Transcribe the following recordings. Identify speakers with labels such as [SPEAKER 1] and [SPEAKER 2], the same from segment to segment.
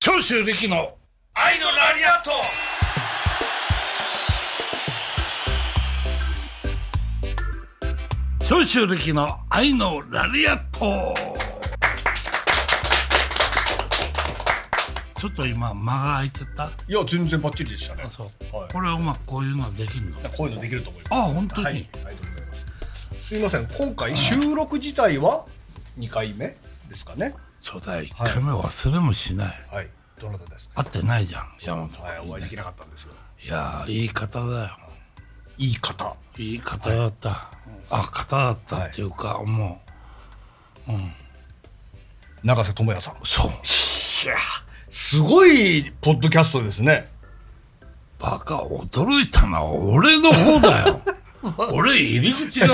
[SPEAKER 1] 長州力の
[SPEAKER 2] 愛のラリアット
[SPEAKER 1] 長州力の愛のラリアットちょっと今間が空いてた
[SPEAKER 2] いや全然バッチリでしたね
[SPEAKER 1] あそう、
[SPEAKER 2] はい
[SPEAKER 1] これはうまくこういうのはできるの
[SPEAKER 2] こういうのできると思います
[SPEAKER 1] あ本当に、
[SPEAKER 2] はいありがとうございますすいません今回収録自体は2回目ですかね
[SPEAKER 1] そうだよ一回目忘れもしない、
[SPEAKER 2] はいどなたですか
[SPEAKER 1] 会ってないじゃん山本、
[SPEAKER 2] はいお会いできなかったんですよ
[SPEAKER 1] いやーいい方だよ
[SPEAKER 2] いい方
[SPEAKER 1] いい方だった、あ方だったっていうか、も
[SPEAKER 2] 永瀬智也さん
[SPEAKER 1] うそう
[SPEAKER 2] いやすごいポッドキャストですね
[SPEAKER 1] バカ驚いたのは俺の方だ よ俺入り口が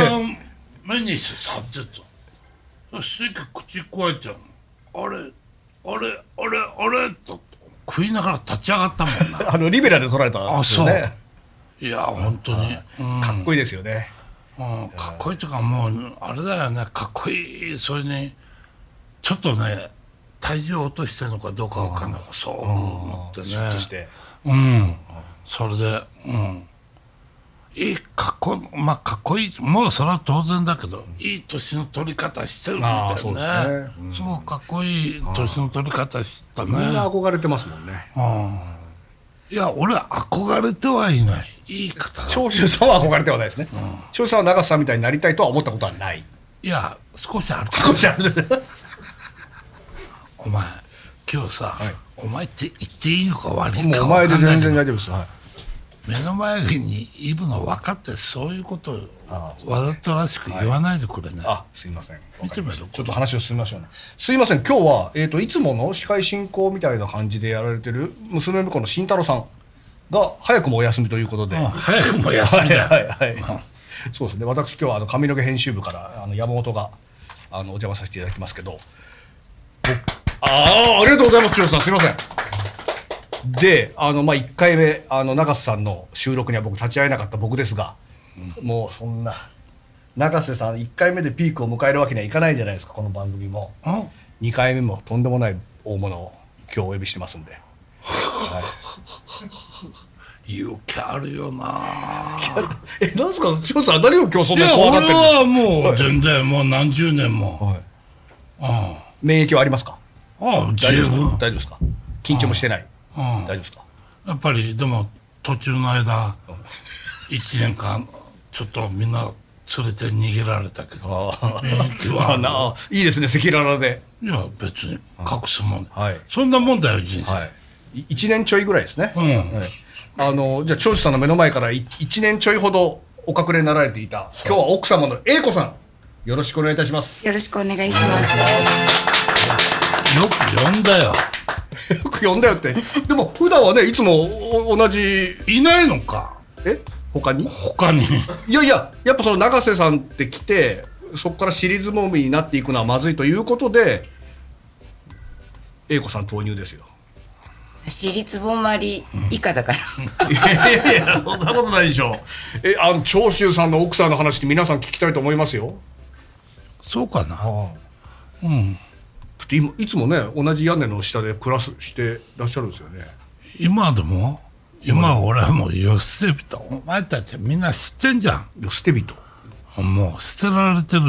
[SPEAKER 1] 目にして立ってたそして口くわえてあれあれあれあれと食いながら立ち上がったもんな
[SPEAKER 2] あのリベラで撮られた、
[SPEAKER 1] あそう
[SPEAKER 2] ね
[SPEAKER 1] いや本当に、うん
[SPEAKER 2] かっこいいですよね、
[SPEAKER 1] うんかっこいいとかもうあれだよねかっこいいそれにちょっとね体重を落としてるのかどうかわかんない細く持ってね
[SPEAKER 2] シュッとして
[SPEAKER 1] うんそれでうんいいかっこまあかっこいいもうそれは当然だけどいい年の取り方してるんだよ
[SPEAKER 2] あ
[SPEAKER 1] ね
[SPEAKER 2] ー
[SPEAKER 1] す
[SPEAKER 2] そうですね
[SPEAKER 1] ごくかっこいい年の取り方したね
[SPEAKER 2] みんな憧れてますもんね
[SPEAKER 1] いや俺憧れてはいないいい方だ
[SPEAKER 2] 長州さんは憧れてはないですね、長州さんは長瀬さんみたいになりたいとは思ったことは ない
[SPEAKER 1] いや少しある
[SPEAKER 2] 少しある
[SPEAKER 1] お前今日さ、お前って言っていいのか悪い
[SPEAKER 2] もう
[SPEAKER 1] か
[SPEAKER 2] お
[SPEAKER 1] 分
[SPEAKER 2] 前
[SPEAKER 1] か
[SPEAKER 2] で
[SPEAKER 1] んないけ
[SPEAKER 2] 全然
[SPEAKER 1] ど
[SPEAKER 2] 大丈夫ですよ、はい
[SPEAKER 1] 目の前にいるの分かってそういうことを
[SPEAKER 2] ああ
[SPEAKER 1] わざとらしく言わないでくれね、
[SPEAKER 2] あすいませんわかりまし
[SPEAKER 1] 見て
[SPEAKER 2] た
[SPEAKER 1] みましょう
[SPEAKER 2] ちょっと話を進めましょうねすいません今日は、えー、といつもの司会進行みたいな感じでやられてる娘婿の慎太郎さんが早くもお休みということで、
[SPEAKER 1] うん早くも休
[SPEAKER 2] は
[SPEAKER 1] み
[SPEAKER 2] い
[SPEAKER 1] だよ、
[SPEAKER 2] はいはい。そうですね。私今日はあの髪の毛編集部からあの山本があのお邪魔させていただきますけど。ああーありがとうございます。千代さんすみません。で、あのまあ一回目あの長瀬さんの収録には僕立ち会えなかった僕ですが、もうそんな長瀬さん一回目でピークを迎えるわけにはいかないじゃないですかこの番組も。
[SPEAKER 1] うん
[SPEAKER 2] 2回目もとんでもない大物を今日お呼びしてますんで。
[SPEAKER 1] 勇気あるよな
[SPEAKER 2] え、なんですか、千代さん、何を今日そん
[SPEAKER 1] い
[SPEAKER 2] な
[SPEAKER 1] や
[SPEAKER 2] 怖がっ
[SPEAKER 1] 俺
[SPEAKER 2] てるんですか
[SPEAKER 1] はもう全然もう何十年も、
[SPEAKER 2] はい
[SPEAKER 1] うん
[SPEAKER 2] 免疫はありますか。
[SPEAKER 1] ああ
[SPEAKER 2] 大
[SPEAKER 1] 十
[SPEAKER 2] 丈
[SPEAKER 1] 分、うん
[SPEAKER 2] 夫大丈夫ですか緊張もしてない、大丈夫
[SPEAKER 1] や
[SPEAKER 2] ですか
[SPEAKER 1] っぱりでも途中の間1年間ちょっとみんな連れて逃げられたけど
[SPEAKER 2] あ
[SPEAKER 1] 免疫はあ
[SPEAKER 2] あ
[SPEAKER 1] る
[SPEAKER 2] なあいいですね赤裸々で
[SPEAKER 1] いや別に隠すもん、
[SPEAKER 2] はい
[SPEAKER 1] そんなもんだよ人生、
[SPEAKER 2] はいい1年ちょいぐらいですね、
[SPEAKER 1] うん
[SPEAKER 2] はい、あのじゃあ長州さんの目の前から1年ちょいほどお隠れになられていた今日は奥様の英子さんよろしくお願いいたします
[SPEAKER 3] よろしくお願いします。
[SPEAKER 1] よく呼んだよ
[SPEAKER 2] よく呼んだよってでも普段はねいつもお同じ
[SPEAKER 1] いないのか
[SPEAKER 2] え他に
[SPEAKER 1] 他に
[SPEAKER 2] いやいややっぱその永瀬さんって来てそこから尻相撲部になっていくのはまずいということで英子さん投入ですよ
[SPEAKER 3] 私立ぼんまり以下だから。
[SPEAKER 2] いやいやいや、そんなことないでしょ。え、あの長州さんの奥さんの話って皆さん聞きたいと思いますよ。
[SPEAKER 1] そうかな
[SPEAKER 2] だって今いつもね、同じ屋根の下で暮らすしてらっしゃるんですよね。
[SPEAKER 1] 今でも今俺はもうよ捨て人お前たちみんな知ってんじゃ
[SPEAKER 2] 捨て人。
[SPEAKER 1] んもう捨てられてる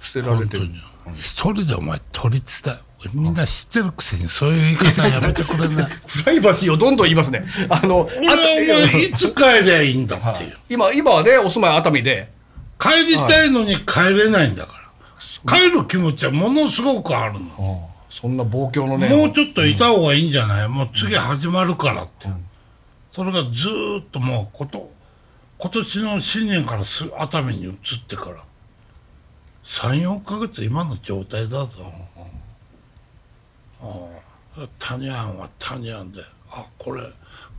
[SPEAKER 2] 捨てられ
[SPEAKER 1] 本
[SPEAKER 2] て
[SPEAKER 1] 当
[SPEAKER 2] る
[SPEAKER 1] に。一人でお前取りつたみんな知ってるくせにそういう言い方やめてくれない
[SPEAKER 2] プライバシーをどんどん言いますね。あの、あ
[SPEAKER 1] 俺はお前いつ帰りゃいいんだっていう
[SPEAKER 2] 今今はね、お住まい熱海で。
[SPEAKER 1] 帰りたいのに帰れないんだから帰る気持ちはものすごくあるの
[SPEAKER 2] そんな望郷のね。
[SPEAKER 1] もうちょっといた方がいいんじゃない、もう次始まるからって、それがずーっともうこと今年の新年からす熱海に移ってから34ヶ月今の状態だぞ、ああタニャンはタニャンであこれ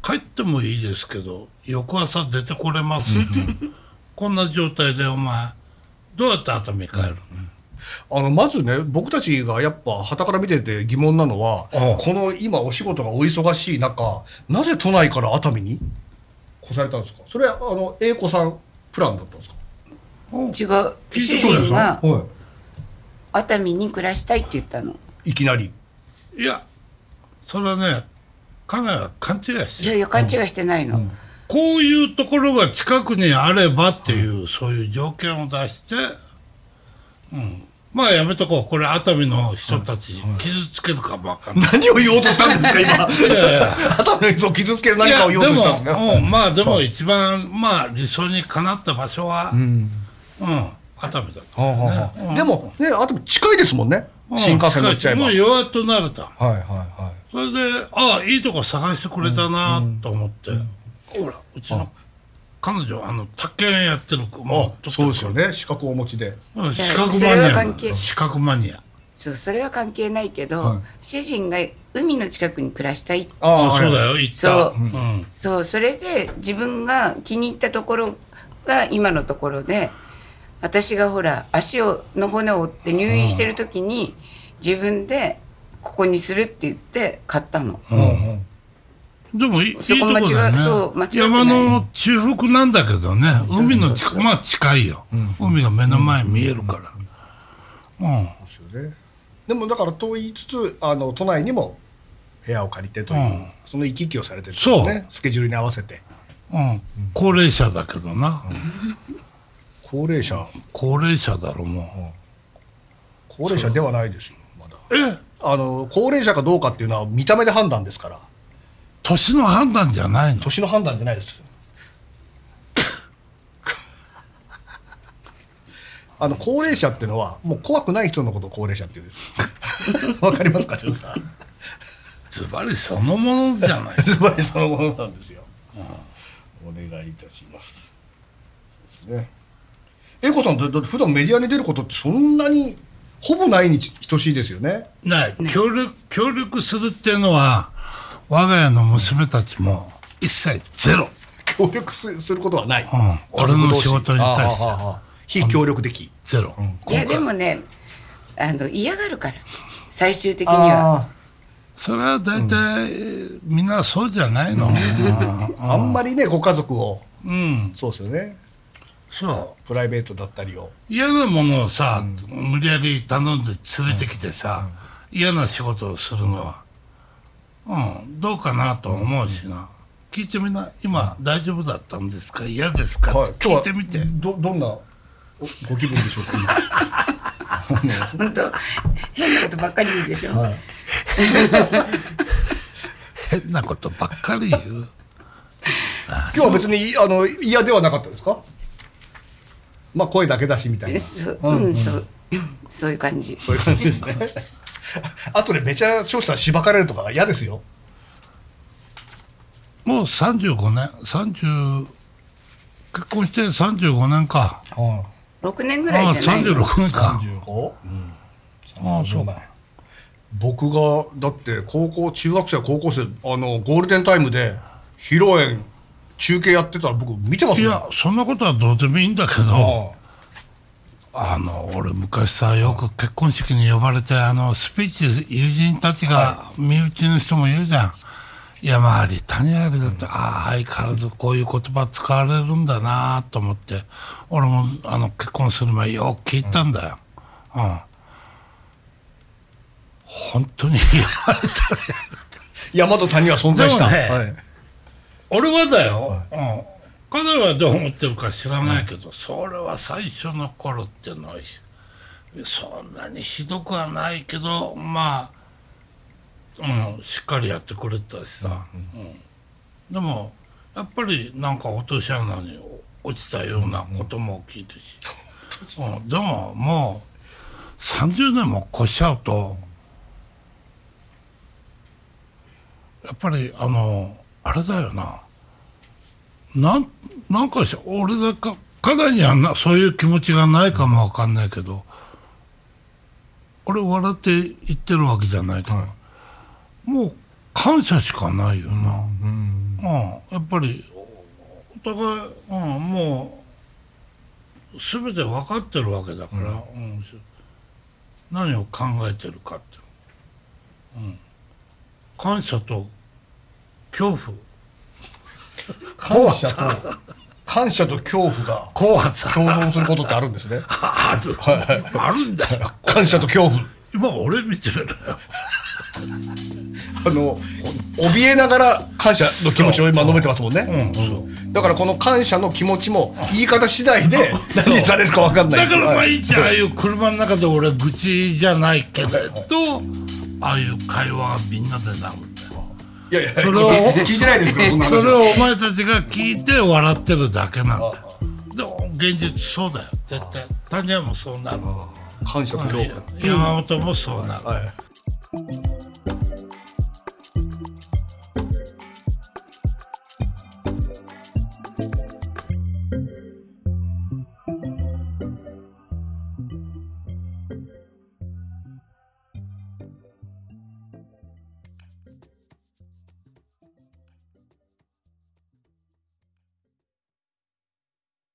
[SPEAKER 1] 帰ってもいいですけど翌朝出てこれますってこんな状態でお前どうやって熱海帰るの、
[SPEAKER 2] あのまずね僕たちがやっぱ傍から見てて疑問なのは
[SPEAKER 1] ああ
[SPEAKER 2] この今お仕事がお忙しい中なぜ都内から熱海に来されたんですかそれはあの英子さんプランだったんですか
[SPEAKER 3] 違う。主
[SPEAKER 1] そうです
[SPEAKER 3] 人が
[SPEAKER 2] は
[SPEAKER 3] 熱海に暮らしたいって言ったの。
[SPEAKER 2] い、いきなり
[SPEAKER 1] いやそれはねかなり勘違いして
[SPEAKER 3] いやいや勘違いしてないの、
[SPEAKER 1] こういうところが近くにあればっていう、そういう条件を出して、うん、まあやめとこうこれ熱海の人たち傷つけるかもわかんない。
[SPEAKER 2] 何を言おうとしたんですか、 今。
[SPEAKER 1] いや
[SPEAKER 2] 頭の人を傷つける何かを言おうとしたんです
[SPEAKER 1] いや
[SPEAKER 2] か。
[SPEAKER 1] でも、うん、まあでも一番、まあ理想にかなった場所は、うん、熱海だと、
[SPEAKER 2] はあはあでも、ね、あと近いですもんね。新幹線乗っちゃえば。
[SPEAKER 1] も
[SPEAKER 2] は
[SPEAKER 1] う
[SPEAKER 2] い
[SPEAKER 1] 弱っとなれた。
[SPEAKER 2] はいは
[SPEAKER 1] それで、ああ、いいとこ探してくれたなと思って、ほら、うちの彼女、あの、宅建やってる子
[SPEAKER 2] い。あ
[SPEAKER 1] も、
[SPEAKER 2] そうですよね。資格をお持ちで。
[SPEAKER 1] うん資格マ
[SPEAKER 3] それは関
[SPEAKER 1] ニ
[SPEAKER 3] 係
[SPEAKER 1] ア。資格マニア。
[SPEAKER 3] そうそれは関係ないけど、
[SPEAKER 2] はい
[SPEAKER 3] 主人が海の近くに暮らしたい
[SPEAKER 2] あ
[SPEAKER 1] あそうだよ、行った。。
[SPEAKER 3] そううんそうそれで自分が気に入ったところが今のところで私がほら足をの骨を折って入院してる時に自分でここにするって言って買ったの、
[SPEAKER 1] でもいいいい
[SPEAKER 3] そ
[SPEAKER 1] と
[SPEAKER 3] こ
[SPEAKER 1] こ
[SPEAKER 3] 間違い
[SPEAKER 1] だよね
[SPEAKER 3] そう間違ってない
[SPEAKER 1] 山の中腹なんだけどね海の近まあ近いよ、海が目の前に見えるからうん、
[SPEAKER 2] ですよね。でもだからと言いつつあの都内にも部屋を借りてという、
[SPEAKER 1] うん
[SPEAKER 2] その行き来をされてるんですねスケジュールに合わせて
[SPEAKER 1] うん高齢者だけどな、
[SPEAKER 2] 高齢者
[SPEAKER 1] 高齢者だろも
[SPEAKER 2] 高齢者ではないですよまだ
[SPEAKER 1] うえ
[SPEAKER 2] あの高齢者かどうかっていうのは見た目で判断ですから
[SPEAKER 1] 年の判断じゃないの
[SPEAKER 2] 年の判断じゃないですあの高齢者っていうのはもう怖くない人のことを高齢者って言うんで すわかりますか剛さん
[SPEAKER 1] ズバリそのものじ ゃない
[SPEAKER 2] ズバリそのものなんですよ。お願いいたします。そうですね。英子さんだだって普段メディアに出ることってそんなにほぼないに等しいですよね。
[SPEAKER 1] ない協力協力するっていうのは我が家の娘たちも一切ゼロ、
[SPEAKER 2] 協力すすることはない。
[SPEAKER 1] ん俺の仕事に対して
[SPEAKER 2] ああああああ非協力的。
[SPEAKER 1] ゼロ、
[SPEAKER 3] いやでもねあの嫌がるから最終的には
[SPEAKER 1] それは大体、みんなそうじゃないの、
[SPEAKER 2] あああんまりねご家族を
[SPEAKER 1] うんうん、
[SPEAKER 2] そうですよね。
[SPEAKER 1] そう
[SPEAKER 2] プライベートだったりを。
[SPEAKER 1] 嫌なものをさ、無理やり頼んで連れてきてさ、嫌な仕事をするのは、うん、どうかなと思うしな。聞いてみな、今、大丈夫だったんですか嫌ですか、って聞いてみて。
[SPEAKER 2] どどんなおご気分でしょうか。
[SPEAKER 3] 本当変なことばっかり言うでしょ、
[SPEAKER 1] 変なことばっかり言う。
[SPEAKER 2] 今日は別にあの嫌ではなかったですか。まあ声だけだしみたいな。
[SPEAKER 3] そううん、そうそういう感じ
[SPEAKER 2] そういう感じですね。あとでめちゃ調査しばかれるとか嫌ですよ。
[SPEAKER 1] もう35年、30、結婚して35年か。
[SPEAKER 3] 6年ぐ
[SPEAKER 1] あ
[SPEAKER 3] ら
[SPEAKER 1] あ、
[SPEAKER 3] いじゃないの
[SPEAKER 1] 36年か。
[SPEAKER 2] 35?
[SPEAKER 1] ああ、そうか。
[SPEAKER 2] 僕がだって高校中学生高校生あのゴールデンタイムで披露宴中継やってたら僕見てます
[SPEAKER 1] い
[SPEAKER 2] よ。
[SPEAKER 1] や、そんなことはどうでもいいんだけど。
[SPEAKER 2] あ
[SPEAKER 1] あの俺昔さよく結婚式に呼ばれてあのスピーチ友人たちが身内の人もいるじゃん山あり谷ありだって、ああ相変わらずこういう言葉使われるんだなと思って俺もあの結婚する前よく聞いたんだよ、うん本当に言われたね
[SPEAKER 2] 山と谷は存在した。
[SPEAKER 1] でもね
[SPEAKER 2] はい
[SPEAKER 1] 俺はだよ、うん、彼はどう思ってるか知らないけど、それは最初の頃っていうのはそんなにひどくはないけどまあ、うん、しっかりやってくれたしさ、うんでもやっぱりなんか落とし穴に落ちたようなことも聞いてし、うんでももう30年も越しちゃうとやっぱりあのあれだよななんなんかし俺だか彼にはなそういう気持ちがないかもわかんないけど俺笑って言ってるわけじゃないけど、もう感謝しかないよな、うんやっぱりお互い、うん、もう全て分かってるわけだから、うん何を考えてるかって、うん、感謝と恐怖
[SPEAKER 2] 感謝と感謝と恐怖が
[SPEAKER 1] 怖さ
[SPEAKER 2] 共存することってあるんですね。
[SPEAKER 1] あるあるんだよ
[SPEAKER 2] 感謝と恐怖。
[SPEAKER 1] 今俺見てるのよ
[SPEAKER 2] ああの怯えながら感謝の気持ちを今述べてますもんね、
[SPEAKER 1] うんそう
[SPEAKER 2] だからこの感謝の気持ちも言い方次 第で何されるか分かんな
[SPEAKER 1] だ
[SPEAKER 2] い
[SPEAKER 1] から
[SPEAKER 2] は
[SPEAKER 1] 毎
[SPEAKER 2] い
[SPEAKER 1] 日ああいう車の中で俺愚痴じゃないけれどああいう会話がみんなでなるんだよ
[SPEAKER 2] いやいや
[SPEAKER 1] それを
[SPEAKER 4] 聞いてないですから、こんな話
[SPEAKER 1] そ
[SPEAKER 4] は
[SPEAKER 1] れをお前たちが聞いて笑ってるだけなんだよでも現実そうだよ絶対谷谷もそうなる
[SPEAKER 2] 感謝の強化
[SPEAKER 1] 山本もそうなる、
[SPEAKER 2] はい